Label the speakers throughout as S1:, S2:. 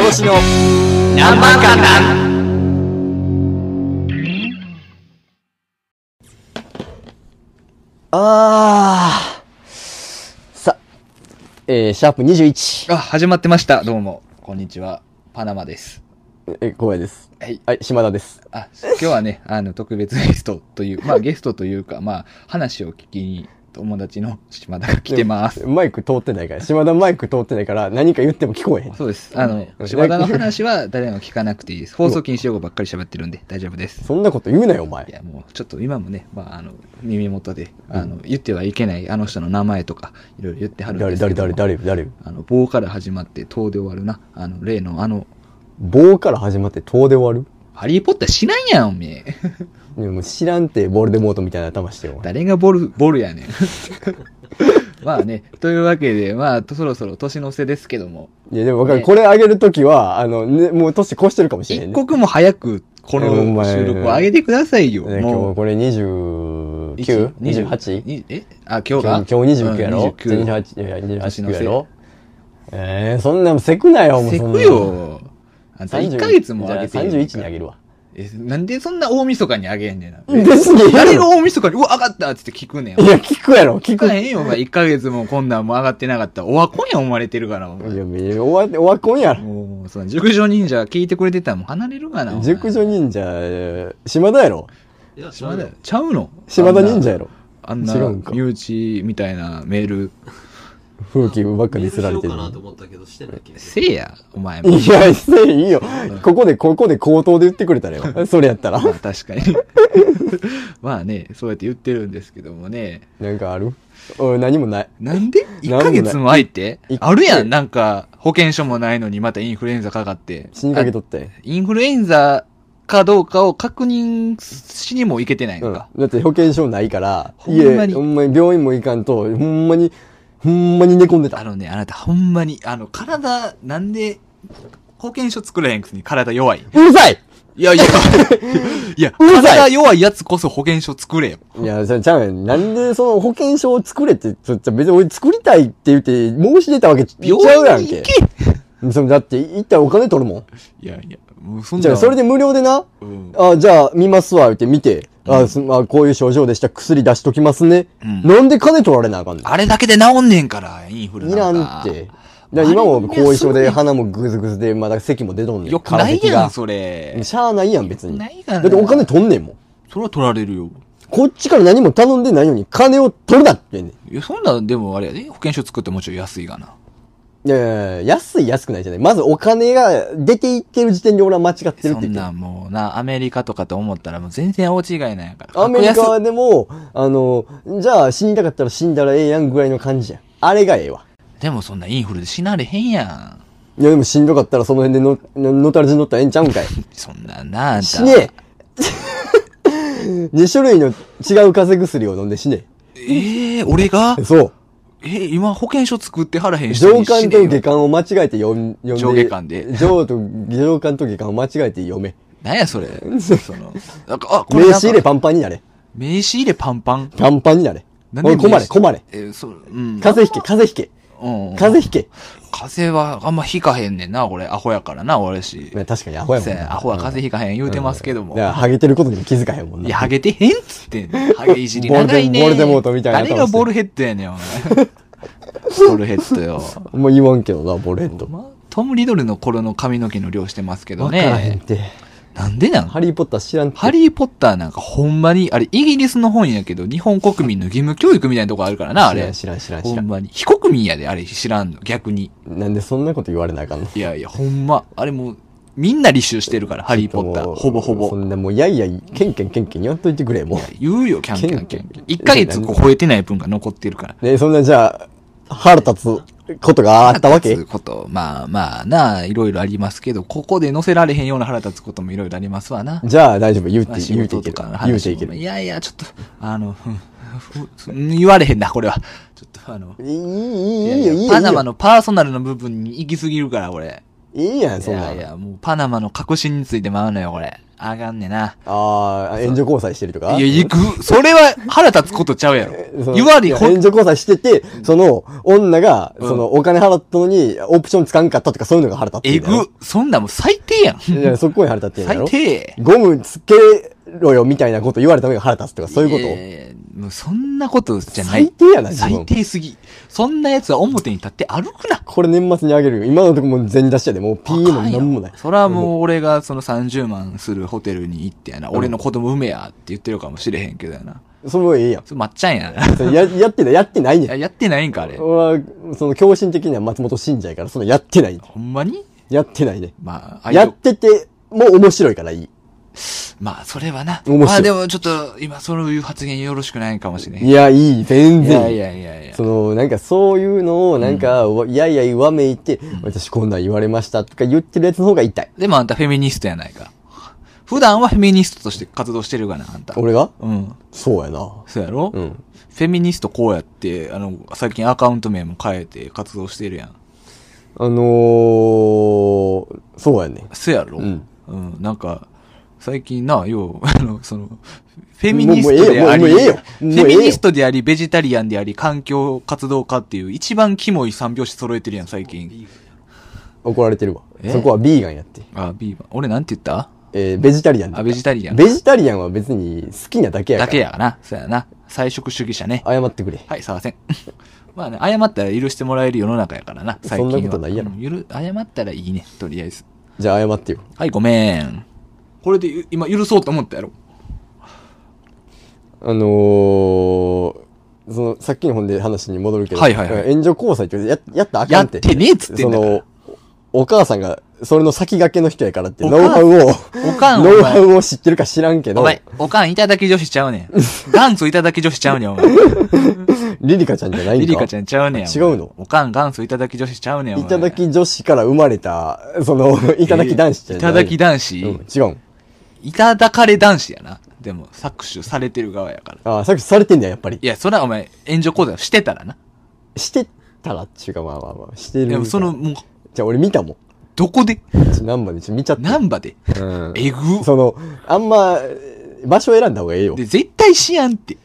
S1: 越しの何万かなんあーさえー、シャープ21
S2: あ、始まってました。どうも。こんにちは。パナマです。
S1: え光栄です
S2: はい。
S1: はい島田です
S2: あ、今日はね、 あの、特別ゲストという、まあ、ゲストというか、まあ、話を聞きに、友達の島田が来てます。
S1: マイク通ってないから島田マイク通ってないから何か言っても聞こえへん
S2: そうです。あの、島田の話は誰も聞かなくていいです。放送禁止用語ばっかり喋ってるんで大丈夫です。
S1: そんなこと言うなよお前
S2: いや、もう、ちょっと今もね、まあ、あの、耳元で、あの、言ってはいけないあの人の名前とか、いろいろ言ってはるんで
S1: 誰
S2: すけ
S1: 誰
S2: ど
S1: 誰誰誰
S2: あの、棒から始まって、塔で終わるな。あの、例のあの、
S1: 棒から始まって遠で終わ
S2: ハリーポッターしないやん、おめえ。
S1: るでも知らんてボルデモートみたいな頭してよお前
S2: 誰がボル、ボルやねん。 まあね、というわけで、まあ、そろそろ年の瀬ですけども、
S1: いやでも分かる、
S2: ね
S1: これ上げるときはあの、ね、もう年越してるかもしれへ
S2: 一
S1: んね
S2: 刻も早くこ
S1: いやお
S2: の
S1: 前
S2: 収録を上げてくださいよ。
S1: ね今
S2: も
S1: 日
S2: う
S1: これ 29?28?
S2: にえあ、今日
S1: 今
S2: が
S1: 日今日29やろ、
S2: うん、29
S1: ?28、いや
S2: 年
S1: 28
S2: の
S1: や
S2: 瀬
S1: ろえー、そんなのせくなよ、もう
S2: せ
S1: そんな
S2: く。よ。あんた1ヶ月も上げて
S1: る。
S2: ん
S1: じゃ
S2: ね
S1: あ31
S2: ん
S1: にあげるわ。
S2: え、なんでそんな大晦日にあげんねんな。
S1: 別に
S2: 誰が大晦日に、うわ、上がったっつって聞くねん
S1: い。や、聞くやろ、聞
S2: 聞
S1: く。
S2: か
S1: い
S2: へんよ、お前。1ヶ月もこんなんも上がってなかったら。オワコンや思われてるから、お前。
S1: や、いやオワオワコンやろ。
S2: もう、その、熟女忍者聞いてくれてたらもう離れるかな。お前
S1: 熟女忍者、えー島田やろ。
S3: いや、知ら
S2: 島
S3: な
S2: 田
S3: い。
S2: ちゃうの
S1: 島田忍者やろ。
S2: あんな、あ
S1: 違うんん
S2: な
S1: か
S2: 身内みたいなメール、
S1: 風紀ばっかりすられて
S3: メールしよ
S1: る
S3: うか。なと思ったけど、してないけど。
S2: せいや、お前も。
S1: いや、せいいよ。ここで、ここで口頭で言ってくれたらよ。それやったら。
S2: まあ確かに。 まあね、そうやって言ってるんですけどもね。
S1: なんかあるおい、何もない。
S2: なんで
S1: なんもな
S2: ?1
S1: い
S2: ヶ月も空いて
S1: 一
S2: あるやん、なんか、保険証もないのにまたインフルエンザかかって。
S1: 死にかけとって。
S2: あインフルエンザかどうかを確認しにも行けてない
S1: うん
S2: の
S1: だ
S2: か。
S1: って保険証ないから、
S2: ほんま
S1: 家、
S2: に
S1: ほんまに病院も行かんと、ほんまに、ほんまに寝込んで
S2: あ
S1: た。
S2: のね、あなたほんまに、あの、体、なんで、保険証作れへんくせに体弱い。
S1: うるさい
S2: いやいや、 いや、
S1: うるさい
S2: 体弱いやつこそ保険証作れよ。
S1: いや、じゃちゃうやん。なんでその保険証を作れって、ちょちょ別に俺作りたいって言って申し出たわけち
S2: 病
S1: ゃうや
S2: 院
S1: ん
S2: に
S1: け。
S2: 行け
S1: そのだって、行ったらお金取るもん。
S2: いやいや、もうそんな。
S1: じゃあ、それで無料でな、
S2: うん、
S1: あじゃあ、見ますわ、言って見て、あすあこういう症状でした、薬出しときますね。
S2: うん
S1: なんで金取られなあかんの
S2: あれだけで治んねんから、インフル
S1: い
S2: な
S1: ら
S2: ん
S1: ん
S2: か。
S1: って。だから今も後遺症で鼻もグズグズで、まだ咳も出とんねん。
S2: よくな
S1: 空
S2: い
S1: 咳
S2: やん、
S1: が
S2: それ。
S1: しゃあないやん、別に。
S2: ないがな
S1: だってお金取んねんもん。
S2: それは取られるよ。
S1: こっちから何も頼んでないのに金を取るなって言うねん。
S2: いや、そんなん、でもあれやで、保険証作ってもちろん安いがな。
S1: いやいやいや安い安くないじゃない。まずお金が出ていってる時点で俺は間違ってるって言
S2: そ
S1: って
S2: ん
S1: る。
S2: なんもうな、アメリカとかと思ったらもう全然大違いなんやから。
S1: アメリカ
S2: 格安
S1: はでも、あの、じゃあ死にたかったら死んだらええやんぐらいの感じやん。あれがええわ。
S2: でもそんなインフルで死なれへんやん。
S1: いやでもしんどかったらその辺での、ののたれ死に乗ったらええんちゃうんかい。
S2: そんなんな、あんた。
S1: 死ね え !2 種類の違う風邪薬を飲んで死ね
S2: ええ俺が
S1: え。そう。
S2: え、今保険証作ってはらへん人
S1: 上
S2: に死
S1: 巻
S2: ね
S1: と
S2: よ
S1: 下巻を間違えて読ん読んで。
S2: 上下巻で
S1: 上と、上巻と下巻を間違えて読め。
S2: なん やそれ。その、なんか、あ、こ
S1: 名
S2: れなんか
S1: 刺入れパンパンになれ。
S2: 名刺入れパンパン。
S1: パンパンになれ。
S2: なんで
S1: おい、困
S2: 名
S1: れ、
S2: 刺
S1: 困れ。
S2: え、そう、うん。
S1: 風邪ひけ、風邪ひけ。
S2: うん。
S1: 風邪ひけ。
S2: 風はあんま引かへんねんな、俺。アホやからな、俺し。
S1: ね確かにアホやもん
S2: せや
S1: な。
S2: アホは風邪ひかへん言うてますけども。
S1: だから、ハゲてることにも気づかへんもん
S2: い
S1: な。
S2: や、ハゲてへんっつってんねん。ハゲいじり長いねん。
S1: ボルデボルデモートみたいな顔して
S2: 誰がボルヘッドやねん、お前。ボルヘッドよ。
S1: もう言わんけどな、ボレット。
S2: まあ、トム・リドルの頃の髪の毛の量してますけど
S1: わからへん
S2: ね
S1: っ。て。
S2: なんでなん
S1: ハリーポッター知らんって。
S2: ハリー・ポッターなんかほんまに、あれ、イギリスの本やけど、日本国民の義務教育みたいなとこあるからな、あれ。
S1: 知らん知らん知らん知
S2: ほ
S1: らん
S2: んまに。非国民やで、あれ、知らんの、逆に。
S1: なんでそんなこと言われなあかんの
S2: いやいや、ほんま。あれもう、みんな履修してるから、ハリー・ポッター。
S1: もう
S2: ほぼほ
S1: そ
S2: ぼ。
S1: んなもう、やいやい、ケンケンケンケン言わんといてくれ、も
S2: 言うよ、キャンキャンキャンキャン。
S1: ケン
S2: 1ヶ月こう吠えてない分が残ってるから。
S1: う。ね、そんなじゃあ、腹立つことがあったわけ
S2: 腹立つこと、まあまあな、いろいろありますけど、ここで載せられへんような腹立つこともいろいろありますわな。
S1: じゃあ大丈夫、言う
S2: ま
S1: て
S2: あ、、仕
S1: 言うて
S2: 事
S1: いけ
S2: と
S1: る
S2: かの。
S1: 言うて
S2: 話
S1: いけ
S2: も。
S1: る。
S2: い
S1: い
S2: やいや、ちょっと、あの、ふんふん言われへんな、これは。ちょっとあの、
S1: い、いい、いいよ、いいよ。
S2: パナマのパーソナルの部分に行き過ぎるから、俺。
S1: いいやん、そんないん。
S2: やいや、もうパナマの確信について回るのよ、これ。あがんねえな。
S1: ああ、援助交際してると
S2: い
S1: か
S2: や、行く。それは腹立つことちゃうやろ。
S1: その
S2: 言わりほん
S1: 援助交際してて、その、女が、
S2: うん
S1: その、お金払ったのに、オプションつかんかったとか、そういうのが腹立って
S2: え
S1: んだよ
S2: ぐ。そんなんもう最低やん。
S1: いや、そこに腹立ってんだ
S2: 最
S1: ろ
S2: 低。
S1: ゴムつけろよ、みたいなこと言われたのが腹立つとか、そういうこ
S2: ややもうそんなことじ
S1: と
S2: ゃない
S1: 最。低やな、自
S2: 最
S1: 分。
S2: 低すぎ。そんな奴は表に立って歩くな。
S1: これ年末にあげるよ。今のとこもう全出しやで、もう PM もなんもない。
S2: それはもう俺がその30万するホテルに行ってやな、俺の子供産めやって言ってるかもしれへんけどやな。
S1: それもええやん。
S2: それまっちゃん やな。
S1: それや、やってない、やってないね
S2: や
S1: ん。
S2: やってないんか、あれ。
S1: 俺は、その、狂信的には松本信者やから、その、やってない。
S2: ほんまに
S1: やってないね。
S2: まあ、
S1: やってて、もう面白いからいい。
S2: まあ、それはな。
S1: 面白い
S2: まあでもちょっと、今そういう発言よろしくないかもしれへん。
S1: いや、いい、全
S2: いや
S1: 然い
S2: い
S1: い。
S2: やいやいや
S1: そ。の、なんかそういうのを、なんか、わいやいや、わめいて、私こんなん言われましたとか言ってるやつの方が痛い。
S2: でもあんたフェミニストやないか。普段はフェミニストとして活動してるがな、あんた。
S1: 俺が
S2: うん。
S1: そうやな。
S2: そうやろ、
S1: うん。
S2: フェミニストこうやって、あの、最近アカウント名も変えて活動してるやん。
S1: あのー、そうやね。
S2: そうやろ
S1: うん。
S2: うん、なんか、最近な、よう、 あの、その、フェミニス
S1: もうもうええ
S2: トで
S1: よ
S2: あり、
S1: もう
S2: フ
S1: もうええよもうええよ
S2: ェミニストであり、ベジタリアンであり、環境活動家っていう、一番キモい三拍子揃えてるやん、最近。
S3: ビーガンやろ
S1: 怒られてるわ。
S2: え
S1: そこはビーガンやって。
S2: あ、ビーバン。俺なんて言った
S1: えー、ベジタリアンだ
S2: あ、ベジタリアン。
S1: ベジタリアンは別に好きなだけやから。
S2: だけやがな。そうやな。菜食主義者ね。
S1: 謝ってくれ。
S2: はい、すいません。 まあね、謝ったら許してもらえる世の中やからな、最近は。
S1: そんなことないやろ
S2: うんゆる謝ったらいいね、とりあえず。
S1: じゃあ謝ってよ。
S2: はい、ごめん。これでゆ今許そうと思ったやろ。
S1: あのー、その、さっきの本で話に戻るけど、
S2: はいはいはい
S1: 援助交際ってややったらあかんって。
S2: やってねえっつってんだから
S1: その、お母さんが、それの先駆けの人やからって、
S2: お
S1: ノウハ
S2: 母
S1: ウを、
S2: おかん、お
S1: ノウ
S2: 前
S1: ハ。ウを知ってるか知らんけ
S2: お
S1: ど、
S2: 前、おかんいただき女子ちゃ うねん。元祖いただき女子ちゃうねん、お前。
S1: リリカちゃんじゃないんか
S2: リリカちゃんちゃうねん。
S1: 違うの
S2: おかん元祖いただき女子ちゃうねん、お
S1: い
S2: 前。
S1: ただき女子から生まれた、その、いただき男子じ
S2: えー
S1: ゃ
S2: い
S1: ない。
S2: ただき男子、
S1: うん、違うん。
S2: いただかれ男子やな。でも、搾取されてる側やから。
S1: ああ、さっきされてんだよ、やっぱり
S2: い。や、そらお前、援助講座してたらな。
S1: してたらっていうか、まあまあまあ、してる。
S2: でも、その、、もう、
S1: じゃあ俺見たもん。
S2: どこで
S1: ちょ、ナンバーでちょ、見ちゃった。
S2: ナンバで
S1: うん。
S2: えぐ
S1: その、あんま、場所選んだ方がええよ。
S2: で、絶対しやんって。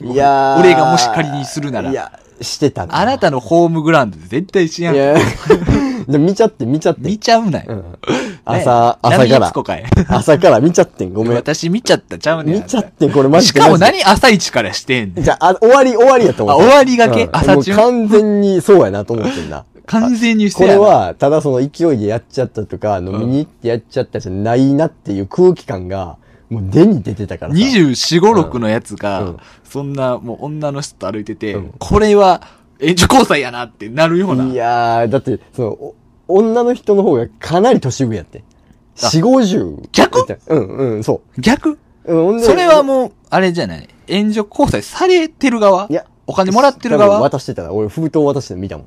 S1: いやー
S2: 俺がもし仮にするなら
S1: いや、してたな
S2: あなたのホームグラウンドで絶対しや
S1: い
S2: ん。
S1: や、 で見ちゃって、見ちゃって。
S2: 見ちゃうな
S1: う
S2: よ。
S1: ん。朝、朝
S2: 波
S1: か
S2: 悦子
S1: ら。
S2: かい。
S1: 朝から見ちゃってん、ごめん。
S2: 私見ちゃったちゃうねん。
S1: 見ちゃってん、これマジ
S2: し
S1: で。
S2: かも
S1: マジで
S2: 何朝一からしてんねん。
S1: じゃあ、あ終わり、終わりやと思
S2: あ、
S1: って。
S2: 終わりがけ、
S1: うん
S2: 朝中
S1: もう完全にそうやなと思ってんな。
S2: 完全に
S1: こ
S2: せや
S1: れ
S2: な
S1: は、ただその勢いでやっちゃったとか、飲みに行ってやっちゃったじゃないなっていう空気感が、もう出に出てたからさ。
S2: 24、5、6のやつが、
S1: うん
S2: そんな、もう女の人と歩いてて、
S1: うん
S2: これは、援助交際やなってなるような。
S1: いやー、だって、その、お女の人の方がかなり年上やって。
S2: あ
S1: 四五十。
S2: 逆
S1: うんうん、そ
S2: 逆
S1: う。うんほんで
S2: それはもう、あれじゃない。援助交際されてる側
S1: いや
S2: お金もらってる
S1: 多分
S2: 側
S1: 渡してたな。俺、封筒渡してたの見たもん。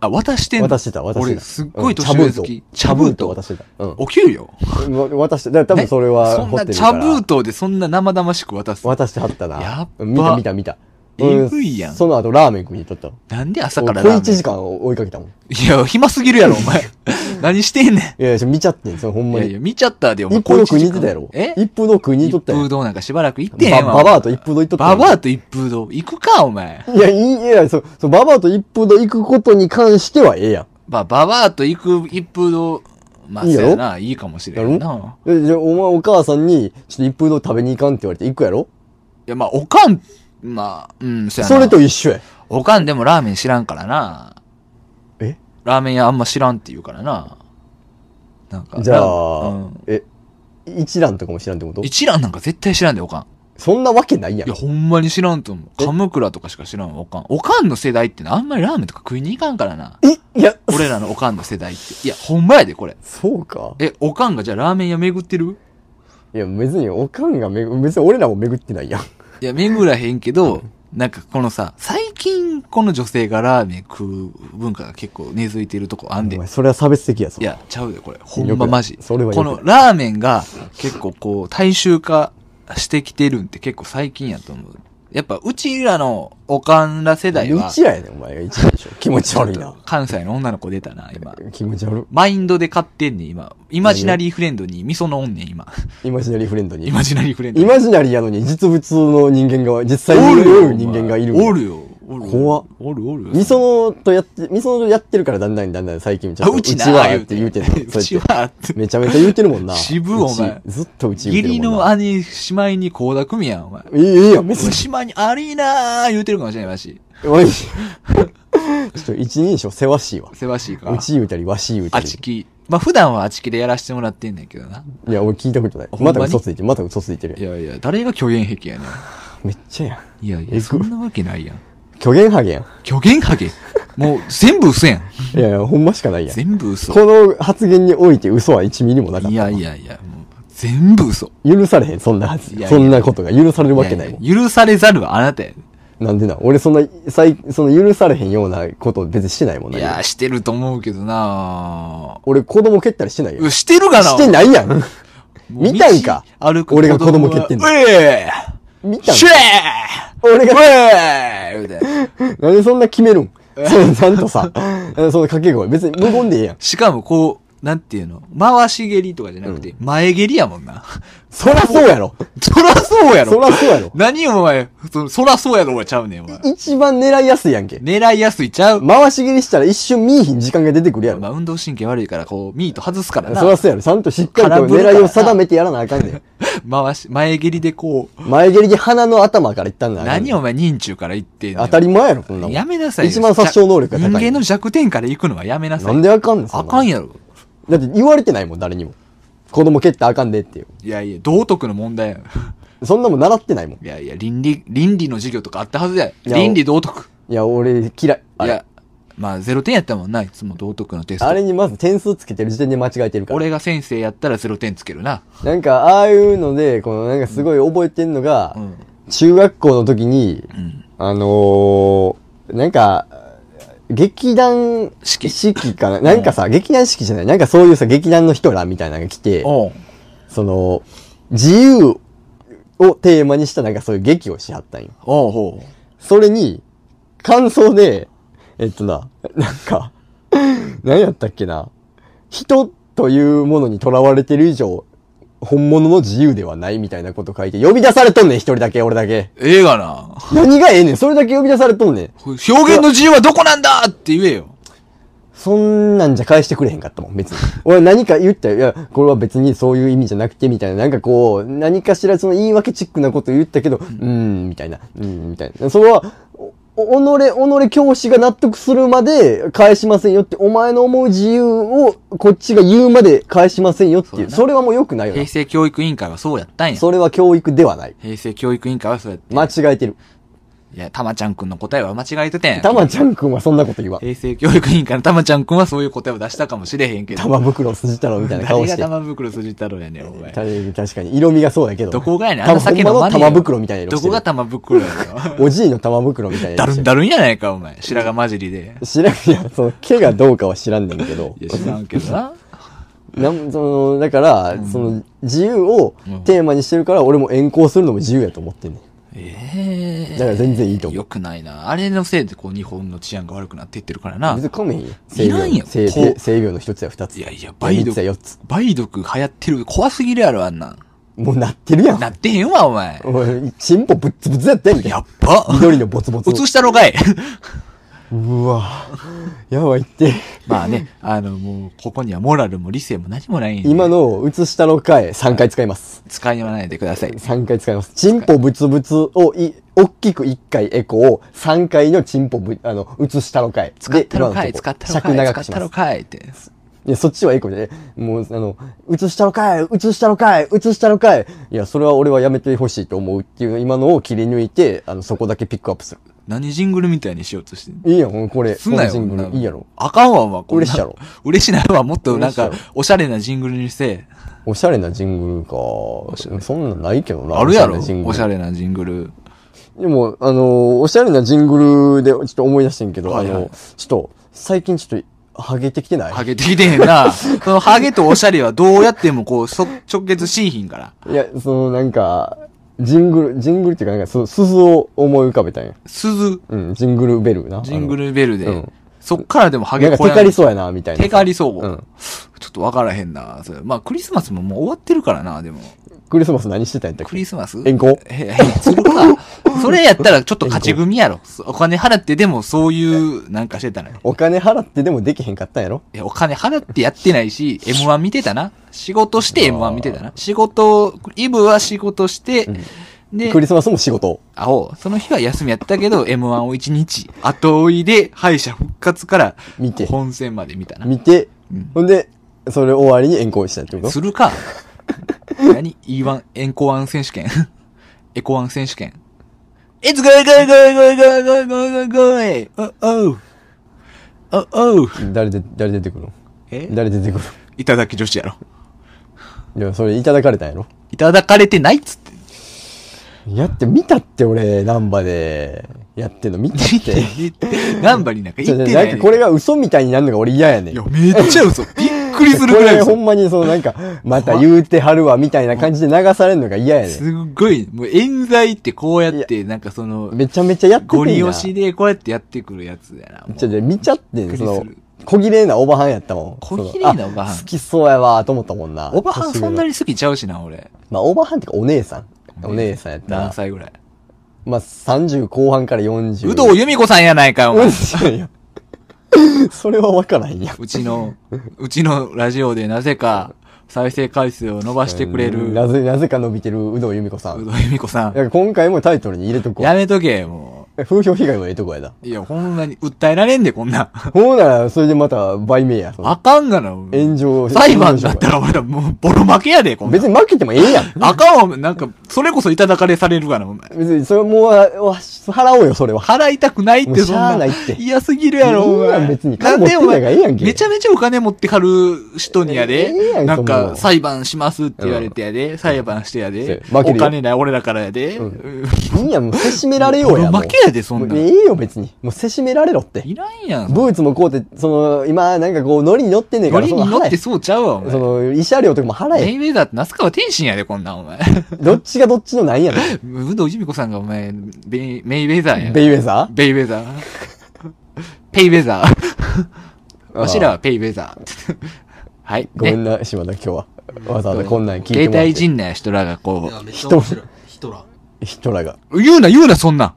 S2: あ、渡してんの
S1: 渡してた、渡してた。
S2: 俺、すっごい年
S1: う
S2: 上
S1: ん
S2: 好き。
S1: 茶
S2: 茶
S1: 封
S2: 封
S1: 筒。茶封筒渡
S2: 筒。
S1: してた。う
S2: お給料
S1: ん。わ渡して、だから多分それ
S2: え
S1: は、
S2: そん
S1: 掘って
S2: な
S1: るか
S2: 茶
S1: ら
S2: 封筒でそんな生々しく渡す。
S1: 渡してはったな。
S2: やっば
S1: 見た見た見た。
S2: えぐいやん
S1: うその後ラーメン食いに行っとった
S2: なんで朝
S1: の。
S2: から
S1: 俺小
S2: ラー
S1: 一
S2: メ
S1: 時間追いかけたもん。い
S2: ンいや、暇すぎるやろ、お 前。何してんねん。
S1: やいや、見ちゃってん、そのほん
S2: い
S1: ま
S2: やい
S1: に。
S2: や、見ちゃったで、お前。
S1: 一風堂食いに行ってたやろ。
S2: え
S1: 一風堂食いに行っとったやろ。
S2: 一風堂なんかしばらく行ってへんわ。
S1: ババアと一風堂行っとった
S2: バ
S1: やろ
S2: バアと一風堂。行くか、お前。
S1: いや、いい、いや、そう、そう、ババアと一風堂行くことに関してはええやん。
S2: まあ、ババアと行く一風堂、まあ、
S1: いい
S2: そ
S1: やろ
S2: やな、いいかもしれんな。
S1: えじゃあ、お前お母さんに、ちょっと一風堂食べに行かんって言われて行くやろ
S2: いや、まあ、おかん、まあ、うん、そやな。
S1: それと一緒や。
S2: おかんでもラーメン知らんからな。
S1: え
S2: ラーメン屋あんま知らんって言うからな。なんか。
S1: じゃ
S2: ラ
S1: あ、
S2: うん
S1: え、一蘭とかも知らんってこと
S2: 一蘭なんか絶対知らんで、おかん。
S1: そんなわけないや
S2: い
S1: ん
S2: や、。ほんまに知らんと思う。
S1: え
S2: 鎌倉とかしか知らんわ、おかん。おかんの世代ってなあんまりラーメンとか食いに行かんからな。
S1: え、いや、
S2: 俺らのおかんの世代って。いや、ほんまやで、これ。
S1: そうか。
S2: え、おかんがじゃあラーメン屋巡ってる
S1: いや、別におかんがめぐ、別に俺らも巡ってないやん。
S2: いや、巡らへんけど、なんかこのさ、最近この女性がラーメン食う文化が結構根付いてるとこあんで
S1: お。前、それは差別的やぞ。
S2: いや、ちゃうで、これ。ほん
S1: よくな
S2: ま
S1: い
S2: マジ。
S1: それはよ
S2: こ
S1: くない
S2: のラーメンが結構こう、大衆化してきてるんって結構最近やと思う。やっぱ、うちらのおかんら世代は
S1: う、ちらやねん、お前が一番でしょ。気持ち悪いな。
S2: 関西の女の子出たな、今。
S1: 気持ち悪
S2: マインドで買ってんねん、今。イマジナリーフレンドに、みそのおんねん、 今。
S1: い。イマジナリーフレンドに
S2: イ。マジナリーフレンド
S1: イ
S2: に。
S1: マジナリーやのに実物の人間が、実際に
S2: お
S1: い
S2: るよ
S1: る人間がいる。
S2: おるよ。おるよ
S1: 怖っ
S2: おるおる。
S1: みそのとやって、みそのやってるからだんだんだんだん最近ちょ
S2: あ、
S1: っと、
S2: うちな、
S1: はって言うてんの。
S2: うちは、って。
S1: めちゃめちゃ言うてるもんな。
S2: 渋お前
S1: うちずっとうち言
S2: 義
S1: うて
S2: 理
S1: るもん
S2: の
S1: な。
S2: 兄、姉妹に倖田來未やん、お前。
S1: ええええやん、別に。
S2: 姉妹にアリーナー言うてるかもしれないわし。
S1: おい。ちょっと一人称せわしいわ。
S2: せわしいか
S1: う。ち言うたり、わし言うた
S2: あ
S1: り。
S2: ちき。まあ、普段はあちきでやらせてもらってんねんけどな。
S1: いや、俺聞いたことない。
S2: ほんま
S1: ま
S2: に
S1: た嘘ついてる、また嘘ついてる
S2: い。やいや、誰が虚言癖やね
S1: めっちゃやん。
S2: ん。いやい
S1: えぐ
S2: や、そんなわけないやん。
S1: 虚言ハゲやん。
S2: 虚言癖もう全部嘘やん。
S1: いやいや、ほんましかないやん。こ
S2: 全部嘘。
S1: の発言において嘘は1ミリもなかっ
S2: い
S1: た。
S2: やいやいや、もう全部嘘。
S1: 許されへん、そんなはず
S2: いやい。や
S1: そんなことが許されるわけないもん。
S2: やや許されざるはあなたやで。
S1: なんでな、俺そんな、さいその許されへんようなこと別にしてないもん
S2: い
S1: な。
S2: や、してると思うけどな
S1: 俺子供蹴ったりしてないよ
S2: う。してるがな
S1: してないやん。
S2: もう
S1: 見たんか
S2: 道歩く
S1: 俺が子供蹴ってんの
S2: うえ
S1: 見
S2: ー
S1: たん
S2: シュエ
S1: 俺
S2: ーう
S1: が、
S2: えーみたいな。
S1: なんでそんな決めるんそう、ちゃんと さ、あのその掛け声。別に無言でええやん。
S2: しかもこう、なんていうの回し蹴りとかじゃなくて、前蹴りやもんな。
S1: そらそうやろ。
S2: そらそうやろ
S1: そらそうやろ。
S2: 何お前、そそらそうやろお前ちゃうねん、お前。
S1: 一番狙いやすいやんけ。
S2: 狙いやすいちゃう。
S1: 回し蹴りしたら一瞬見いひん時間が出てくるやろ。
S2: まあ、運動神経悪いから、こう、ミート外すからな。
S1: そらそうやろ。ちゃんとしっかりと
S2: 空振るから
S1: 狙
S2: ない
S1: を定めてやらなあかんねん。
S2: 回し、前蹴りでこう、
S1: 前蹴りで鼻の頭からいったんだ。
S2: 何お前、人中から言ってんねん
S1: 当たり前やろ、こんなもん。
S2: やめなさいよ。
S1: 一番殺傷能力が高い
S2: 人間の弱点から行くのはやめなさい。
S1: なんであかんねん、そ
S2: あ
S1: な
S2: かんやろ。
S1: だって言われてないもん、誰にも。子供蹴ったらあかんでっていう。
S2: いやいや、道徳の問題や。
S1: そんなもん習ってないもん。
S2: いやいや、倫理、倫理の授業とかあったはずや。
S1: いや
S2: 倫理道徳。
S1: いや、俺嫌い。あ
S2: い
S1: れ
S2: や、まあ、0点やったもんな、いつも道徳のテスト。
S1: あれにまず点数つけてる時点で間違えてるから。
S2: 俺が先生やったら0点つけるな。
S1: なんか、ああいうので、このなんかすごい覚えてんのが
S2: う、ん。
S1: 中学校の時に、
S2: うん。
S1: あのー、なんか、劇団
S2: 式
S1: かななんかさ、劇団式じゃないなんかそういうさ、劇団の人らみたいなのが来て、
S2: おう
S1: その、自由をテーマにしたなんかそういう劇をしはったんよ。
S2: おうほ
S1: それに、感想で、えっとな、なんか、何やったっけな。人というものに囚われてる以上、本物の自由ではないみたいなこと書いて、呼び出されとんねん、一人だけ、俺だけ。
S2: う。ええがな。
S1: 何がええねん、それだけ呼び出されとんねん。
S2: 表現の自由はどこなんだって言えよ。
S1: そんなんじゃ返してくれへんかったもん、別に。俺何か言ったよ。いや、これは別にそういう意味じゃなくて、みたいな。なんかこう、何かしらその言い訳チックなこと言ったけど、うーん、みたいな。うーん、みたいな。それは、お、お己、己教師が納得するまで返しませんよって、お前の思う自由をこっちが言うまで返しませんよっていう。そ
S2: そうだな
S1: れはもう良くないよな
S2: 平。成教育委員会はそうやったんや。
S1: それは教育ではない。
S2: 平成教育委員会はそうやって。
S1: 間違えてる。
S2: いや、たまちゃんくんの答えは間違えててん。
S1: たまちゃんくんはそんなこと言わん。
S2: 平成教育委員会のたまちゃんくんはそういう答えを出したかもしれへんけど。
S1: 玉袋筋太郎みたいな顔
S2: 誰
S1: し
S2: が
S1: て。
S2: 玉袋筋太郎やねん、お前。
S1: 確かに、色味がそうやけど。
S2: どこがやねん、
S1: た
S2: あの酒の
S1: ほんま
S2: 真
S1: の
S2: 似よ
S1: 玉袋みたいな色
S2: ど
S1: して
S2: こ
S1: る
S2: が。玉袋や ねん。
S1: おじいの玉袋みたいな
S2: だ
S1: 色
S2: る
S1: して
S2: ん
S1: る。
S2: だるんやないか、お前。白髪混じりで。
S1: 知らんやん、その、毛がどうかは知らんねんけど
S2: い。や、知らんけ どな。
S1: なん、その、だから、その、自由をテーマにしてるから、俺も遠行するのも自由やと思ってんねん。
S2: ええ
S1: だから全然いいと思う
S2: よくないな。あれのせいで、こう、日本の治安が悪くなっていってるからな
S1: 別。にかめへんよ。
S2: いらんよ
S1: 性
S2: こ
S1: 病
S2: う
S1: 性病の一つや二つ。
S2: いやいや、梅
S1: 三つや
S2: 毒
S1: 四つ。。
S2: 梅毒流行ってる。怖すぎるやろ、あんなん。
S1: もうなってるやん。
S2: なってへんわ、お前。
S1: おい、チンポぶっつぶつやったやんけ。
S2: やっば。
S1: 緑のボツボツ。
S2: 映したろかい。
S1: うわやばいって。
S2: まあね、あの、もう、ここにはモラルも理性も何もないんで。
S1: 今の、映したのかい、3回使います。
S2: 使いないでください。
S1: 3回使います。チンポブツブツをい、大きく1回エコーを3回のチンポブ、あの、移したのかい。
S2: 使ったろか
S1: で
S2: い、使ったろ
S1: 尺
S2: かい、
S1: 長
S2: 使
S1: く
S2: っ
S1: したま
S2: ろ
S1: す。
S2: かいって。
S1: いや、そっちはエコで、もう、あの、移したのかい、移したのかい、移したのかい。いや、それは俺はやめてほしいと思うっていう今のを切り抜いて、あの、そこだけピックアップする。
S2: 何ジングルみたいにしようとしてんの
S1: いいやん、これ。
S2: すんなよ。
S1: このジング
S2: こ
S1: ル。
S2: んないの
S1: いやろ。。
S2: あかんわ、お前。こんな
S1: 嬉しいやろ。
S2: 嬉しないわ。もっとなんか
S1: 嬉しいや、
S2: おしゃれなジングルにして。
S1: おしゃれなジングルか。
S2: しゃれ
S1: そんなんないけどな。
S2: あるやろ
S1: おしゃれなジングル
S2: おしゃれなジングル。
S1: でも、あのーおしゃれなジングルで、ちょっと思い出してんけど、
S2: はいはい
S1: あの、ちょっと、最近ちょっと、ハゲてきてない
S2: ハゲてきてへ んな。そのハゲとおしゃれはどうやってもこう、そ直結しいひんから。
S1: いや、その、なんか、ジングル、ジングルっていうか、なんか、そ鈴を思い浮かべたんや。
S2: 鈴、
S1: うん、ジングルベルな。
S2: ジン
S1: ル
S2: グルベルで、
S1: うん
S2: そっからでもハゲ
S1: なんか
S2: こ
S1: テ
S2: らな
S1: カ
S2: い
S1: りそうやな、みたいな。
S2: テカりそう。
S1: うん
S2: ちょっとわからへんな。それまあ、クリスマスももう終わってるからな、でも。
S1: クリスマス何してたんやったっ
S2: ク
S1: け
S2: リスマス
S1: 遠行
S2: え、え、するか。 それやったらちょっと勝ち組やろ。 お金払ってでもそういう、なんかしてたね。
S1: お金払ってでもできへんかったんやろ
S2: いやお金払ってやってないし、M1 見てたな。仕事して M1 見てたな。仕事、イブは仕事して、で
S1: ク、リスマスも仕事。
S2: あおその日は休みやったけど、M1 を1日、後追いで敗者復活から
S1: 見て
S2: 本戦まで見たな。
S1: 見て、
S2: うん
S1: ほんで、それ終わりに遠行したってこと
S2: するか。何 ?E1、エンコワン選手権エコワン選手権 ?It's go, go, go, go, go, go, go, go, go, oh, oh, oh, oh.
S1: 誰で、誰出てくるの
S2: え
S1: 誰出てくる
S2: いただき女子やろ。
S1: のいや、それいただかれたんやろ
S2: いただかれてないっつって。
S1: やって、見たって俺、ナンバで、やってんの見た って。
S2: ナンバになんか
S1: ち
S2: 言
S1: ょ
S2: って
S1: ちょ
S2: な
S1: ないん
S2: ね
S1: か
S2: ん。
S1: これが嘘みたいになるのが俺嫌やねん。
S2: いや、めっちゃ嘘。びっくりするぐら
S1: こ
S2: い
S1: れほ
S2: 嘘。
S1: んまにそのなんか、また言うてはるわみたいな感じで流されるのが嫌やね
S2: すっごい、もう冤罪ってこうやって、なんかその
S1: ん。、めちゃめちゃやっててん
S2: ゴ
S1: な
S2: リ押しでこうやってやってくるやつだな。もう
S1: ちょ、ちょ、見ちゃって
S2: びっ
S1: ん、
S2: く
S1: そ
S2: りす
S1: の
S2: る、
S1: 小綺麗なおばはんやったもん。
S2: 小綺麗なおばはん
S1: そのあ好きそうやわ、と思ったもんな。
S2: おばはんそんな
S1: に。
S2: に好きちゃうしな、俺。
S1: まあ、おばはんってかお姉さん。お姉さんやった
S2: 何
S1: ら。
S2: 歳ぐらい。
S1: まあ、30後半から40。
S2: 有働由美子さんやないかよ、お前。
S1: うんいや それはわからへんやん。
S2: うちの、うちのラジオでなぜか再生回数を伸ばしてくれ
S1: うん
S2: る、
S1: な
S2: 有
S1: ぜ、なぜか伸びてる有働由美子さん。
S2: 働由美子さん。
S1: なんか今回もタイトルに入れとこ
S2: やめとけ、も
S1: う。風評被害はええとこやだ。
S2: う。いや、ほんなに訴えられんで、こんなん。
S1: ほうなら、それでまた売名や。その
S2: あかんがな、お前
S1: 炎上
S2: 裁判だったら俺らもうボロ負けやで、こんなん。
S1: 別に負けてもええやん。
S2: あかんわ、お前なんか、それこそいただかれされるがな、お前。
S1: 別に、それもう、わ払おうよ、それは。
S2: 払いたくないっ
S1: もう
S2: て、
S1: し
S2: そん
S1: ゃあ
S2: な
S1: ないって。
S2: 嫌すぎるやろ、お
S1: いいや
S2: 前。
S1: ん別に
S2: な
S1: 金
S2: ん
S1: 持って
S2: で
S1: ん
S2: お
S1: だからええや
S2: 前、
S1: んけ
S2: めちゃめちゃお金持ってはる人にや
S1: ええや
S2: で、
S1: ん
S2: なん
S1: そんなも
S2: か
S1: ん
S2: 裁判しますって言われてやで、裁判してやで、
S1: そう負け
S2: お
S1: るよ
S2: 金ない俺らからやで、
S1: う
S2: うん
S1: いいやん、もうせしめられようや。
S2: もう負けやでそんなん
S1: もうええよ、別に。もうせしめられろって。
S2: いらんやん。
S1: ドイツもこうって、その、今、なんかこう、ノリに乗ってんねんか
S2: よ
S1: ら、
S2: り
S1: そ
S2: に
S1: の
S2: 乗っ
S1: 払
S2: て
S1: え。
S2: そうちゃうわ、お
S1: そ
S2: 前。
S1: の、慰謝料とかも払
S2: メイ
S1: え。
S2: ウェザーって那須川天心やで、こんなん、お前。
S1: どっちがどっちのなんやね
S2: 武藤由美子さんがお前、ベイメイウェザーや
S1: ん。。ベイウェザ
S2: ベイ ウェザー。ペイウェザー。
S1: ー
S2: わしらはペイウェザー。 はい。
S1: ごめ
S2: ね
S1: んな、島田、今日は。わざわざこんなん聞いても
S2: 携
S1: らって。
S2: 帯人な人らがこ
S3: や、めっちゃ
S1: 人
S3: 面白い。ヒトラー。
S1: ヒトラーが。
S2: う、言うな言うなそんなん。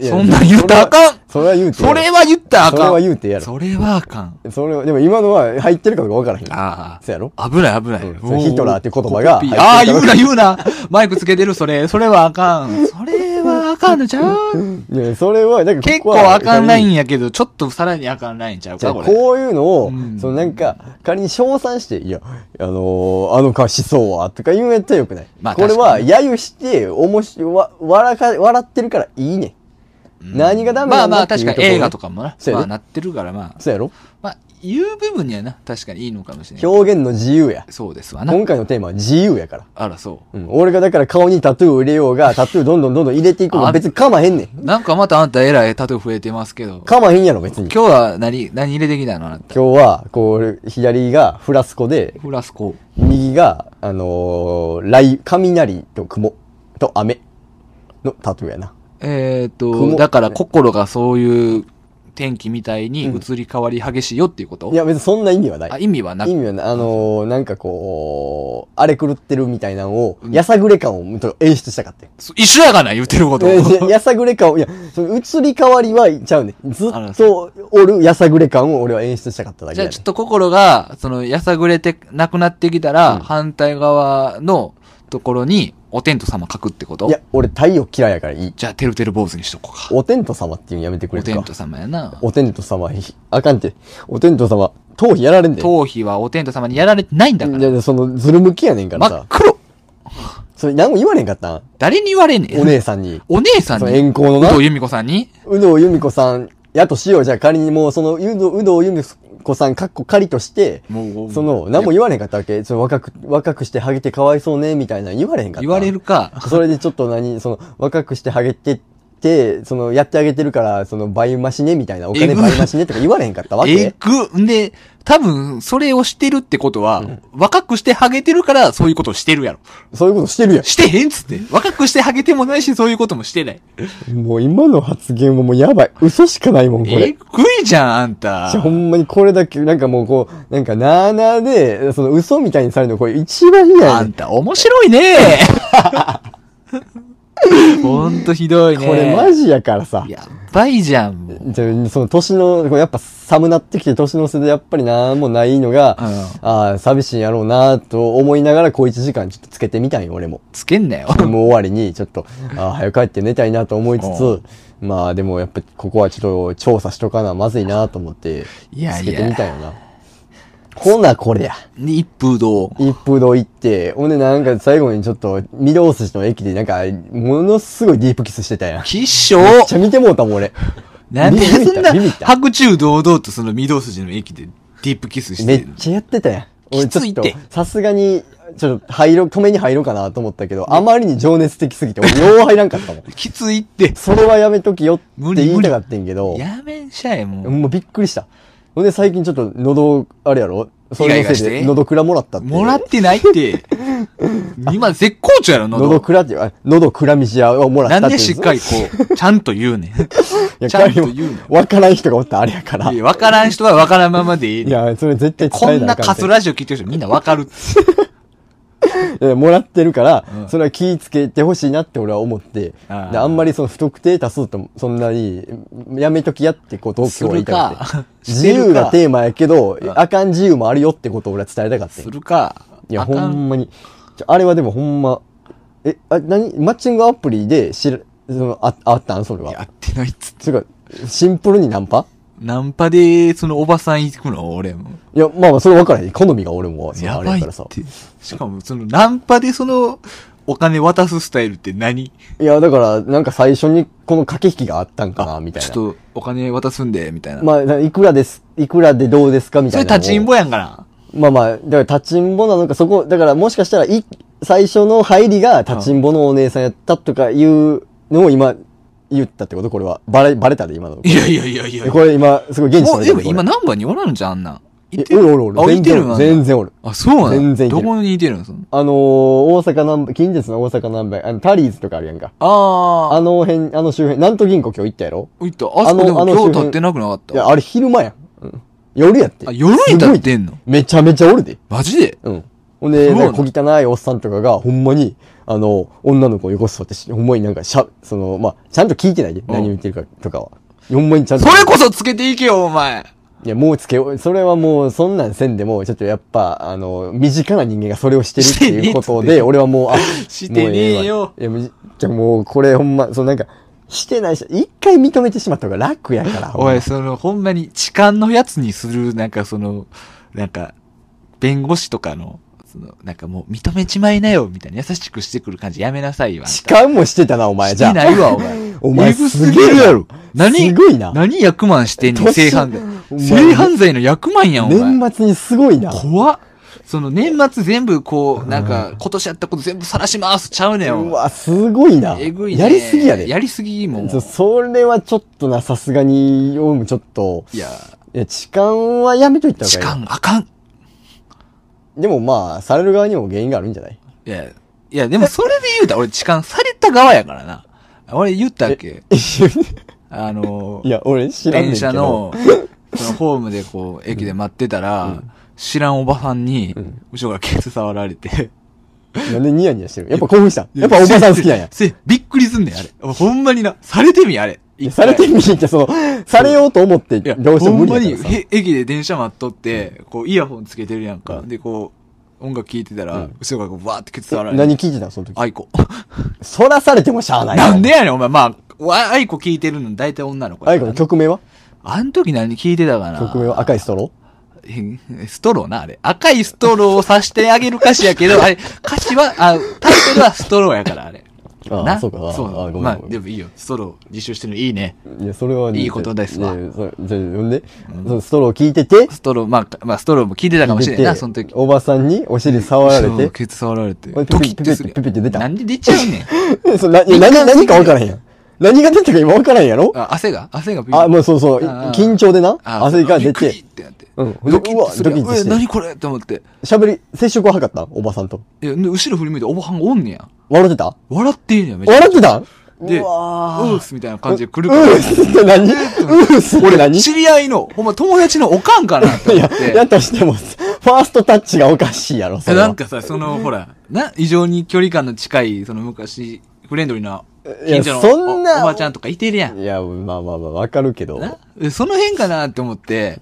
S1: いや
S2: そんなん言ったらあかん
S1: それは言うてや
S2: そ
S1: ろ。
S2: れは言ったらあかん。
S1: それは言うてやろ
S2: それはあかん。
S1: それは、でも今のは入ってるかどうかわからへん。
S2: あ
S1: そうやろ
S2: あ。危ない危ない。
S1: うんそれヒトラーって言葉が
S2: コピーあ
S1: 入
S2: あ、
S1: って
S2: 言
S1: る
S2: うな言うな。マイクつけてるそれ。それはあかん。それはあかんのち ゃう
S1: いや、それは、なんか
S2: 結
S1: ここは
S2: 構あかんラインやけど、ちょっとさらにあかんラインちゃう
S1: じゃ
S2: か
S1: あ
S2: これ。
S1: こういうのを、
S2: うん
S1: そのなんか、仮に称賛して、いや、あのーあの歌詞そうは、とか言うのやったらよくない。
S2: まあ
S1: これは、
S2: 確
S1: 揶揄して、おもし、わ、笑か、笑ってるからいいねん。何がダメ
S2: ま
S1: な
S2: あ
S1: んだ
S2: まあ
S1: っていうと
S2: 確か
S1: こ
S2: に映画とかもな。
S1: そうやで
S2: まあなってるからまあ。
S1: そうやろ
S2: まあ、言う部分にはな、確かにいいのかもしれない。
S1: 表現の自由や。
S2: そうですわな。
S1: 今回のテーマは自由やから。
S2: あら、そ
S1: うん、俺がだから顔にタトゥーを入れよう が、タトゥーどんどんどんどん入れていくの
S2: あ
S1: 別にかまへんねん。
S2: う。なんかまたあんたえらいタトゥー増えてますけど。
S1: かまへんやろ、別に。今
S2: 今日は何、何入れてきたのあなた。
S1: 日は、こう、左がフラスコで、
S2: フラスコ。
S1: 右が、あのー、雷、雷と雲と雨のタトゥーやな。
S2: えっ、と、
S1: 雲
S2: だから心がそういう天気みたいに移り変わり激しいよっていうこと、
S1: いや、別にそんな意味はな
S2: あ
S1: い。
S2: 意味はな
S1: 意
S2: く、
S1: 味はない。あのー、なんかこう、荒れ狂ってるみたいなのを、やさぐれ感をと演出したかったよ。
S2: そ一緒やがな、言ってること。
S1: え ーいややさぐれ感を、いや、その移り変わりはちゃうね。ず
S2: あら
S1: っとおるやさぐれ感を俺は演出したかっただけ
S2: じゃ
S1: や
S2: あ
S1: ね
S2: ちょっと心が、その、やさぐれてなくなってきたら、反対側のところに、お天道様書くってこと
S1: いや、俺太陽嫌いやからいい。
S2: じゃあ、てるてる坊主にしとこうか。
S1: お天道様っていうのやめてく
S2: お
S1: れる
S2: 天
S1: か
S2: 道。様やな。
S1: お天道様、ひあかんて。お天道様、頭皮やられんで。
S2: 頭皮はお天道様にやられてないんだか。
S1: いやいやその、ズル向きやねんからら
S2: 真
S1: さ
S2: っ。黒
S1: それ何も言われんかったん
S2: 誰に言われんねん。
S1: お姉さんに。
S2: お姉さん
S1: その
S2: に。
S1: 遠行の
S2: 武
S1: な
S2: 藤。由美子さんに
S1: 有働由美子さん、やとしよう。じゃあ仮にもう、その、有働有働由美子さん、かっこ仮として、
S2: もう
S1: その、何も言われへんかったわけ。ちょ若く、若くしてハゲてかわいそうね、みたいなの言われへんかった。
S2: 言われる。か。
S1: それでちょっと何、その、若くしてハゲて、て、その、やってあげてるから、その、倍増しね、みたいな、お金
S2: えぐ
S1: 倍増しねとか言われへんかったわ
S2: え
S1: け
S2: ぐ。んで、多分、それをしてるってことは、若くしてハゲてるから、そういうことをしてるやろ。
S1: そういうことしてるや
S2: してへんっつって。若くしてハゲてもないし、そういうこともしてない。
S1: ん。もう今の発言はもうやばい。嘘しかないもん、こ
S2: え
S1: れ。
S2: ぐいじゃん、あんた
S1: じゃ。ほんまにこれだけ、なんかもうこう、なんかなあなあで、その嘘みたいにされるのこれ一番嫌や
S2: あ
S1: ね
S2: ん
S1: ん。
S2: た、面白 いねほんとひどいね。
S1: これマジやからさ。
S2: やっばいじゃん、もう。
S1: じゃあその年の、こうやっぱ寒なってきて年の瀬でやっぱりなんもないのが、
S2: うん
S1: ああ、寂しいんやろうなと思いながら、こう一時間ちょっとつけてみたんよ、俺も。
S2: つけんなよ。
S1: もう終わりに、ちょっ と、ああ、早く帰って寝たいなと思いつつ、
S2: う
S1: まあでもやっぱここはちょっと調査しとかな、まずいなと思って、
S2: いや
S1: つ
S2: い
S1: け
S2: や
S1: てみたんよな。ほな、これや。
S2: で一風堂。
S1: 一風堂行って、ほんでなんか最後にちょっと、御堂筋の駅でなんか、ものすごいディープキスしてたやん。めっ
S2: きっしょ
S1: ちゃ見てもうたもん、俺。
S2: なんで
S1: ビビっ
S2: そ
S1: た
S2: んな
S1: ビビっ、た
S2: 白昼堂々とその御堂筋の駅でディープキスし
S1: め
S2: て
S1: っちゃやってたやん。俺ちょっと
S2: きついって、
S1: さすがに、ちょっと入ろう、止めに入ろうかなと思ったけど、あまりに情熱的すぎて、俺、よう入らんかったもん。
S2: きついって。
S1: それはやめときよって言いたかってんけど、
S2: やめんしゃえ、もう。
S1: もうびっくりした。ほんで最近ちょっと喉、あれやろそれの
S2: イガイガ
S1: せい
S2: し
S1: で
S2: て
S1: 喉くらもらったって。
S2: もらってな いって。今絶好調やろ、
S1: 喉
S2: 喉。
S1: くらって、あ喉くらみしやをもらった
S2: な
S1: って。
S2: んでしっかりこう、ちゃんと言うね
S1: い
S2: ん。
S1: や
S2: ちゃんと言うね
S1: わからん人がおったらあれやから。
S2: ん。い
S1: い
S2: やわからん人はわからんままでいいねん。
S1: や、それ絶対
S2: こ
S1: 伝え
S2: ん
S1: な
S2: な
S1: あかん
S2: カ
S1: て
S2: スラジオ聞いてる人みんなわかるって。
S1: いやもらってるから、
S2: うん
S1: それは気ぃつけてほしいなって俺は思って、
S2: あー
S1: であんまりその不特定多数とそんなに、やめときやってことを今日は言いたかっ
S2: する
S1: て
S2: か。
S1: 自由がテーマやけど
S2: る、か
S1: あかん自由もあるよってことを俺は伝えたかった
S2: す。るか。
S1: いや、
S2: あか
S1: ほんまに。ちょあれはでもほんま、え、あ、なに、マッチングアプリで知る、その、あ、あったんそれ
S2: や
S1: は。
S2: ってないっつって。
S1: それか、シンプルにナンパ
S2: ナンパで、そのおばさん行くの俺も。
S1: いや、まあまあ、それ分からへん。好みが俺も、その
S2: や
S1: あれ
S2: ば
S1: や
S2: い
S1: か
S2: っ
S1: らさ。
S2: て。しかも、その、ナンパでその、お金渡すスタイルって何
S1: いや、だから、なんか最初にこの駆け引きがあったんかな、みたい
S2: ちょっ
S1: な。
S2: と、お金渡すんで、みたいな。
S1: まあ、ないくらです、いくらでどうですかみ
S2: そ
S1: たい
S2: れ
S1: なのを。
S2: 立ちんぼやんかな。
S1: まあまあ、だから立ちんぼなのか、そこ、だからもしかしたら、い、最初の入りが立ちんぼのお姉さんやったとかいうのを今、言ったってことこれは。バレ、バレたで、今の。
S2: いやいやいやいや。
S1: これ今、すごい現地
S2: も
S1: さ
S2: う、
S1: れ
S2: で
S1: た
S2: も
S1: で
S2: 今ナンバーにおらんじゃん、あんなん。
S1: い
S2: い
S1: てるおるおる。
S2: あ、
S1: 全
S2: いて
S1: 然
S2: る
S1: おる。
S2: な。
S1: 全然おる。
S2: あ、そうなん
S1: 全然いて
S2: ど
S1: る
S2: こにいてるのその。
S1: あのー、大阪なん近鉄の大阪なんばあのタリーズとかあるやんか。
S2: あ
S1: あの辺、あの周辺、なんと銀行今日行ったやろ
S2: あ。いった。あ
S1: あ
S2: そ
S1: の
S2: こでも
S1: あの
S2: 今
S1: 周
S2: 日
S1: 辺
S2: 立ってなくなかっ
S1: いや、
S2: た。
S1: あれ昼間やん。うん夜やって。
S2: あ、夜に立ってんの
S1: めちゃめちゃおるで。
S2: マジで
S1: うん。ほんで、
S2: そうな
S1: なんか
S2: の
S1: 小汚いおっさんとかが、ほんまに、あの、女の子をよこすとってし、ほんまになんかしゃ、その、まあ、ちゃんと聞いてないで、
S2: ん
S1: 何言ってるかとかは。ほんまにちゃん
S2: そ
S1: と。
S2: れこそつけていけよ、お前。
S1: いや、もうつけよう。それはもう、そんなんせんでも、ちょっとやっぱ、あの、身近な人間がそれをしてるっていうこと
S2: してねえっつっ
S1: で、
S2: て
S1: 俺はもう、あ、
S2: してねえよ
S1: もうええわいや、もうじゃあもう、これほんま、そのなんか、してないし、一回認めてしまった方が楽やから。ほんま
S2: おい、その、ほんまに、痴漢のやつにする、なんかその、なんか、弁護士とかの、その、なんかもう、認めちまいなよ、みたいな、優しくしてくる感じやめなさいよ。あんた
S1: 痴漢もしてたな、お前、じゃ
S2: して
S1: あ。
S2: ないわ、お前。
S1: お前
S2: えぐ
S1: す
S2: す
S1: げ
S2: ぎ
S1: え
S2: る
S1: な
S2: やろ。何
S1: すごいな
S2: 何役満してんの
S1: 年
S2: 性犯
S1: お
S2: 罪。
S1: 前
S2: 性犯罪の役満やん、お前。
S1: 年末にすごいな。
S2: 怖っ。その年末全部こう、なんか、今年やったこと全部晒しますちゃうねん。お
S1: う
S2: 前
S1: わ、すごいな。
S2: えぐいね。
S1: やりすぎやで。
S2: やりすぎもん。
S1: ちょそれはちょっとな、さすがに、オウムちょっと、
S2: いや、
S1: いや、痴漢はやめといた方がいい。
S2: 痴漢あかん。
S1: でもまあ、される側にも原因があるんじゃない
S2: いや、いや、でもそれで言うたら俺痴漢された側やからな。俺言ったっけあのー、
S1: いや、俺知らんねん
S2: 電
S1: けど。
S2: 車の、そのホームでこう、駅で待ってたら、知らんおばさんに、後ろからケツ触られて。
S1: なんでニヤニヤしてるやっぱ興奮した。やっぱおばさん好きなんや。
S2: せ、せびっくりすんねん、あれ。ほんまにな、されてみ、あれ。
S1: いやされてみって、その、されようと思って、
S2: いや、
S1: どうしても
S2: ほ
S1: 無
S2: んま
S1: 理
S2: に
S1: やからさ。
S2: へ、駅で電車待っとって、こう、イヤホンつけてるやんか。で、こう、音楽聴いてたら、後ろからこう、わーってケツ触られて。
S1: 何聞いてたのその時。
S2: アイコ。
S1: そらされてもしゃあない。
S2: なんでやねん、お前。まあ、わアイコ聴いてるの大体女の子
S1: あ
S2: や
S1: いこ
S2: から
S1: の曲名は
S2: あん時何聞いてたかな
S1: 曲名は赤いストロ
S2: えストローな、あれ。赤いストローを刺してあげる歌詞やけど、あれ、歌詞は、あ、タイトルはストローやから、あれ。
S1: ああ
S2: な
S1: そうかあ
S2: そう
S1: あごめん
S2: まあ、
S1: ごめん
S2: でもいいよ。ストロー実習してるのいいね。
S1: ーいや、それはね
S2: いいことですわ
S1: いやそれじゃあほんで、そのストロー聞いてて、
S2: ストロー、まあ、まあ、ストローも聞いてたかもしれんな、その時。
S1: おばさんにお尻触られ
S2: そう
S1: て、
S2: ケツ触られて。
S1: おい
S2: ドキッてするやん。
S1: ピピピピピって出た
S2: なんで出ちゃうねん。
S1: そな何何か分からへんやん。何が出たか今わからんやろ
S2: あ、汗が汗がビ
S1: あ、もうそうそう、
S2: ああ
S1: 緊張でな、
S2: あ
S1: 汗が出
S2: びってくり、ってなって。
S1: うん
S2: ドキッ
S1: うわ
S2: とするやん
S1: ドキッとして
S2: え何これって思って。
S1: 喋り、接触は測ったおばさんと。
S2: いや、で後ろ振り向いておばはんおんねや。
S1: 笑ってた
S2: 笑ってんや、め
S1: 笑って
S2: た
S1: た
S2: で、う
S1: うわー
S2: ーっすみたいな感じで来る
S1: う
S2: から
S1: ー。すって何うーすって
S2: 俺、
S1: 何い
S2: 知り合いの、ほんま友達のおかんかなって思っ
S1: や、や
S2: て。
S1: としても、ファーストタッチがおかしいやろ、それは
S2: なんかさ、その、ほら、な、異常に距離感の近い、その昔、フレンドリーない
S1: や
S2: 近所の
S1: そんな
S2: おおばちゃんとかいてるやん。
S1: いや、まあまあまあ、わかるけど。
S2: なえその辺かなって思って、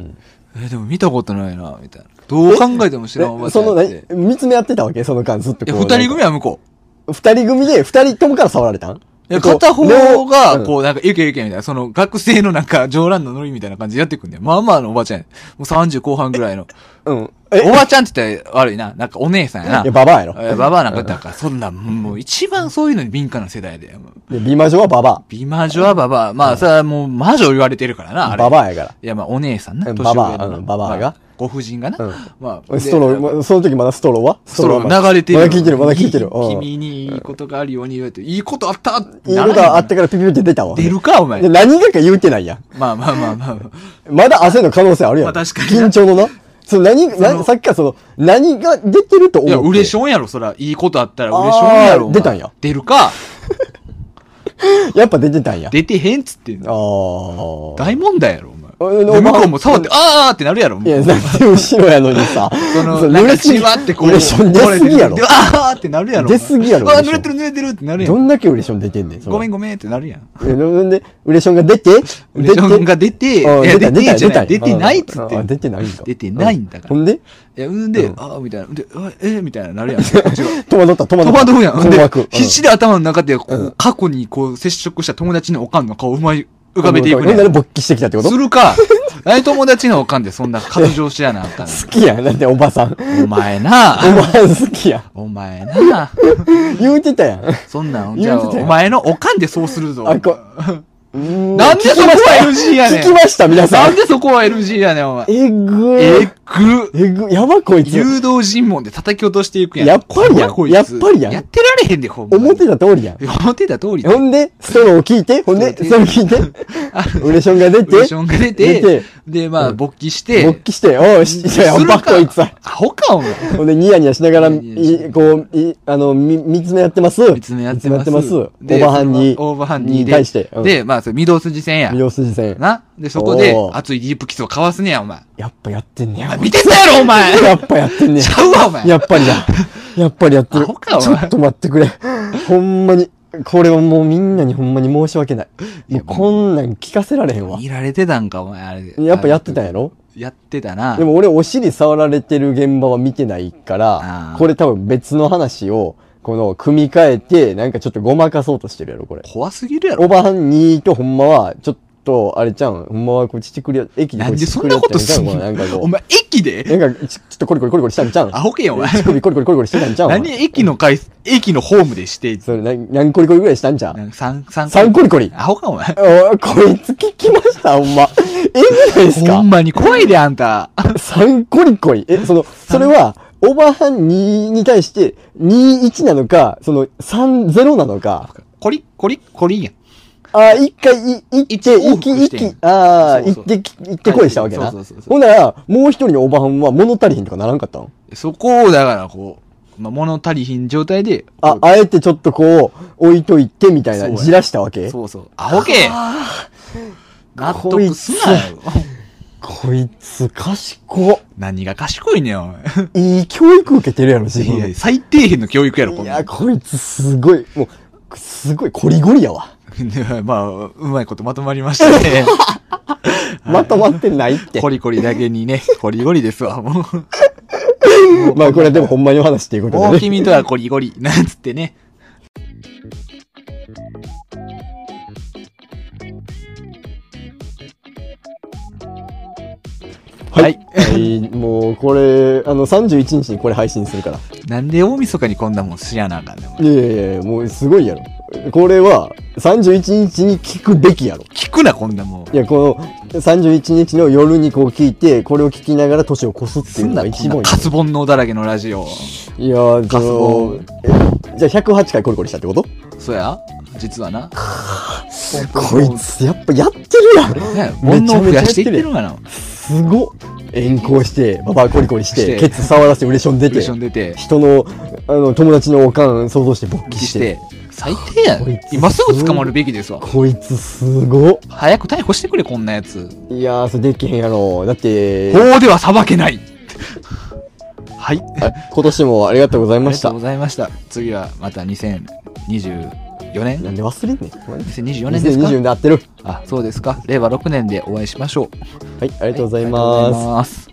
S2: え、でも見たことないな、みたいな。どう考えても知
S1: え
S2: らんおばちゃ
S1: そ
S2: んや
S1: の、
S2: って。
S1: 何見つめ合ってたわけその間ずっと
S2: え、
S1: こう。
S2: 二人組
S1: や。
S2: は向こう。
S1: 二人組で、二人ともから触られたん
S2: いや、
S1: こう
S2: 片方
S1: 両
S2: が、こう、なんか、いけいけみたいな、その、学生のなんか、上乱のノリみたいな感じでやってくんだよ。まあまあのおばちゃんや。もう30後半ぐらいの。
S1: うん。え、
S2: おばちゃんって言ったら悪いな。なんか、お姉さんやな。
S1: いや、ババアやろ。
S2: えババアなんかだから、そんな、もう一番そういうのに敏感な世代で。もう
S1: で美魔女はババ
S2: 美魔女はババア。まあ、それはもう魔女言われてるからな、あ
S1: ア。
S2: れ。
S1: ババアやか
S2: いや、まあ、お姉さんな。
S1: うん
S2: 年上のな
S1: ババアうんババアが
S2: まあご婦人がな
S1: うん。
S2: まあ、
S1: ら。ストロ
S2: で
S1: ー、その時まだストローは
S2: ストロ
S1: はまだ
S2: ー流れてる。
S1: まだ聞いてる、まだ聞いてる。うん
S2: 君にいいことがあるように言われて、いいことあった
S1: いいのがあった
S2: か
S1: からピピピって出たわ。
S2: 出るか、お前
S1: で。何がか言うてないやん。
S2: まあまあまあまあまあ。
S1: まだ汗の可能性あるやん。
S2: まあ確かに
S1: 緊張のな。その何、何、さっきからその、何が出てると思
S2: いや、
S1: う。
S2: 嬉しょんやろ、そら。いいことあったら嬉しょん
S1: あ
S2: やろ。
S1: ー
S2: お前
S1: 出たんや
S2: 出るか。
S1: やっぱ出てたんや。
S2: 出てへんっつってん
S1: あ
S2: の。
S1: あ。
S2: 大問題やろ、お前。
S1: お
S2: で向こうも触って、あーってなるやろ、もう
S1: いや、だって後ろやのにさ、
S2: その、
S1: そう
S2: なんか
S1: すぎ
S2: じわってこう、
S1: 嬉しょん出すぎやろ
S2: で。あーってなるやろ。
S1: 出すぎやろ
S2: あー
S1: 嬉しょ
S2: 濡
S1: ん
S2: れてる濡れてるってなるや
S1: ど
S2: ん。
S1: んだけ嬉しょん出てんねん、それ
S2: ごめんごめんってなるやん。
S1: えなんで、ウレションが出て
S2: ウレションが出て、い
S1: あ
S2: や、
S1: 出た
S2: 出てじゃな
S1: 出
S2: い。出
S1: た
S2: てないっつって
S1: あ
S2: ん
S1: あ
S2: の。
S1: 出てないんか。
S2: 出てないんだから
S1: ほんで
S2: いや、うんで、あーみたいな。で、あえーみたいななるやん。こっちは
S1: 戸惑った、戸惑
S2: 戸
S1: った。
S2: 惑うやん。
S1: 困惑。う
S2: で
S1: ん、
S2: 必死で頭の中で、こう
S1: うん
S2: 過去にこう、接触した友達のおかんの顔をうまい、浮かべていく
S1: ほ
S2: ね
S1: ん
S2: ん
S1: なら勃起してきたってこと
S2: す
S1: 好
S2: るか。何友達のおかんでそんな感情しやなあかん。
S1: きやん。だっておばさん。
S2: お前
S1: お
S2: な
S1: ばさん好きやん。
S2: お前な
S1: 言うてたやん。
S2: そんな
S1: 言
S2: ん、
S1: うて
S2: じゃあ、
S1: たよ
S2: お前のおかんでそうするぞ。
S1: あ、こ、な
S2: なんでそこは NG やね
S1: 聞きま
S2: ん。
S1: した、皆さ
S2: なんん。でそこは NG やねん、お前。
S1: えぐえ
S2: えっぐ。
S1: えぐ、やばこいつ。
S2: 誘導尋問で叩き落としていくやん。
S1: やっぱりやん
S2: こいつ
S1: やっぱりやん
S2: やってられへんで、ほんまに。
S1: 思ってた通りやん。
S2: 思ってた通りだ
S1: ほんで、ストローを聞いて、ほんで、
S2: ス
S1: ス
S2: ト
S1: ト
S2: ロ
S1: ロー聞いて、 ウレションが出
S2: オーディ
S1: て
S2: シ、ョンが出
S1: 出
S2: て
S1: て、
S2: で、まあ、勃起して、
S1: 勃起して、おう、しいやや
S2: する
S1: ば
S2: か
S1: こいつは。
S2: アホか、お前。
S1: ほんで、ニヤニヤしながら、
S2: ニヤニヤし
S1: いこう、いあの、み、見つめ合ってます。
S2: 見つめ合ってま
S1: 見つめ
S2: す。
S1: 合ってます
S2: で
S1: オーバーハンに。
S2: そのオーバーハンに。
S1: に対して。うん、
S2: で、まあ、それ、御堂筋線や。
S1: 御堂筋線。
S2: な。で、そこで
S1: お、ー
S2: 熱いディープキスを交わすねや、お前。
S1: やっぱやってんね
S2: お
S1: や
S2: 前。見てたやろ、お前
S1: やっぱやってんね
S2: ちゃうわ、お前。
S1: や。やっぱりだ。やっぱりやってる。
S2: ア
S1: ち
S2: ホかお
S1: ょ
S2: 前
S1: っと待ってくれ。ほんまに。これはもうみんなにほんまに申し訳ない。もうこんなん聞かせられへんわ
S2: 見。られてたんか、お前、あれ。
S1: やっぱやってたんやろ
S2: やってたな。
S1: でも俺お尻触られてる現場は見てないか
S2: あ
S1: ら
S2: ー、
S1: これ多分別の話を、この、組み替えて、なんかちょっとごまかそうとしてるやろ、これ。
S2: 怖すぎるやろ。
S1: おばはんにとほんまは、ちょっと、あれちゃうん、ほんまはこう、ちちくりや、駅で
S2: な
S1: こ
S2: ん
S1: う、
S2: で
S1: ちち
S2: そ
S1: く
S2: ん
S1: り
S2: な
S1: やっ
S2: こ
S1: たみ
S2: と
S1: た
S2: す
S1: い
S2: ん
S1: な、
S2: の
S1: なんか
S2: お
S1: こ
S2: 前、駅で
S1: う、なんか、ちちょっとコリコリコリコリしたんちゃうん
S2: ア。ホけん、お前。
S1: 乳首コリコリコリコリしてたんちゃうん。
S2: 何駅の回、駅のホームでして、
S1: それ、な何コリコリぐらいしたんちゃう
S2: なんか三、三
S1: 三コリコリ。
S2: アホか、お前。
S1: おいこいつ聞きました、ほんま。えぐないです
S2: ほ
S1: か
S2: んまに怖いで、あんた。
S1: 三コリコリ。え、その、それは、オーバーハン2に対して、21なのか、その、30なのか。
S2: コリ、コリ、コリやん。
S1: ああ、一回、い、行って、
S2: 往
S1: 行き、
S2: 復
S1: 行
S2: してん
S1: き、ああ、
S2: そう
S1: 行
S2: そう
S1: ってき、行ってこいしたわけな。
S2: そうそうそうそ
S1: ほ
S2: う
S1: んなら、もう一人のおばはんは物足りひんとかならんかったの
S2: そこを、だから、こう、まあ、物足りひん状態で、
S1: あ、あえてちょっとこう、置いといてみたい
S2: そう
S1: な、
S2: や
S1: じらしたわけ
S2: そうそう。アホけ納得すなよ。
S1: こいつ、賢っ。
S2: 何が賢いねん、お前。
S1: いい教育受けてるやろ、自分。
S2: いやいや最低限の教育やろ、こん
S1: い
S2: な
S1: や、
S2: ん。
S1: こいつすごい、もう、すごい、コリゴリやわ。
S2: で まあ、うまいことまとまりまし たね。
S1: まとまってないって
S2: コ。リコリだけにね、コリゴリですわ、もう。
S1: まあ、これはでもほんまにお話っていうこと
S2: もう
S1: でね。
S2: 君とはコリゴリ、なんつってね。
S1: はい。はいもう、これ、あの、31日にこれ配信するから。
S2: なんで大晦日にこんなもんしやなあかんねん。お前
S1: いやいやいや、もうすごいやろ。これは31日に聞くべきやろ。
S2: 聞くな、こんなもん
S1: い。や、この31日の夜にこう聞いて、これを聞きながら年を越すって
S2: す
S1: いうんのが
S2: な、
S1: 一
S2: こん
S1: 番い
S2: なカスボンのだらけのラジオ。
S1: い。いやー、
S2: カスボ
S1: その、えじゃあ108回コリコリしたってこと
S2: そうや実はな。
S1: こいつ、やっぱやってるやん。
S2: ね煩悩を増やしていってるのかな
S1: すごっ。遠行して、ババアコリコリし
S2: して
S1: て、ケツ触らせて、ウレション出
S2: テ
S1: て
S2: ンショ、ン出て
S1: 人の、あの、友達のおかん想像して勃起
S2: し
S1: してて。
S2: 最低や
S1: こい
S2: ん
S1: つ
S2: 今すぐ捕まるべきですわ
S1: こいつ、すごっ。
S2: 早く逮捕してくれこんなやつ
S1: いやー、それできへんやろ。だって、
S2: 法では裁けないはい
S1: あ今年もありがとうござい
S2: あり
S1: ま
S2: が
S1: し
S2: とう
S1: た
S2: ご。ざいました。次はまた2024
S1: な
S2: 年
S1: んで忘れんねん。
S2: 2024年ですか
S1: 2020で合ってる。
S2: あ、そうですか。令和6年でお会いしましょう。
S1: はい、ありがとうござい
S2: ありがとう
S1: ま
S2: ござ
S1: す
S2: い。ます。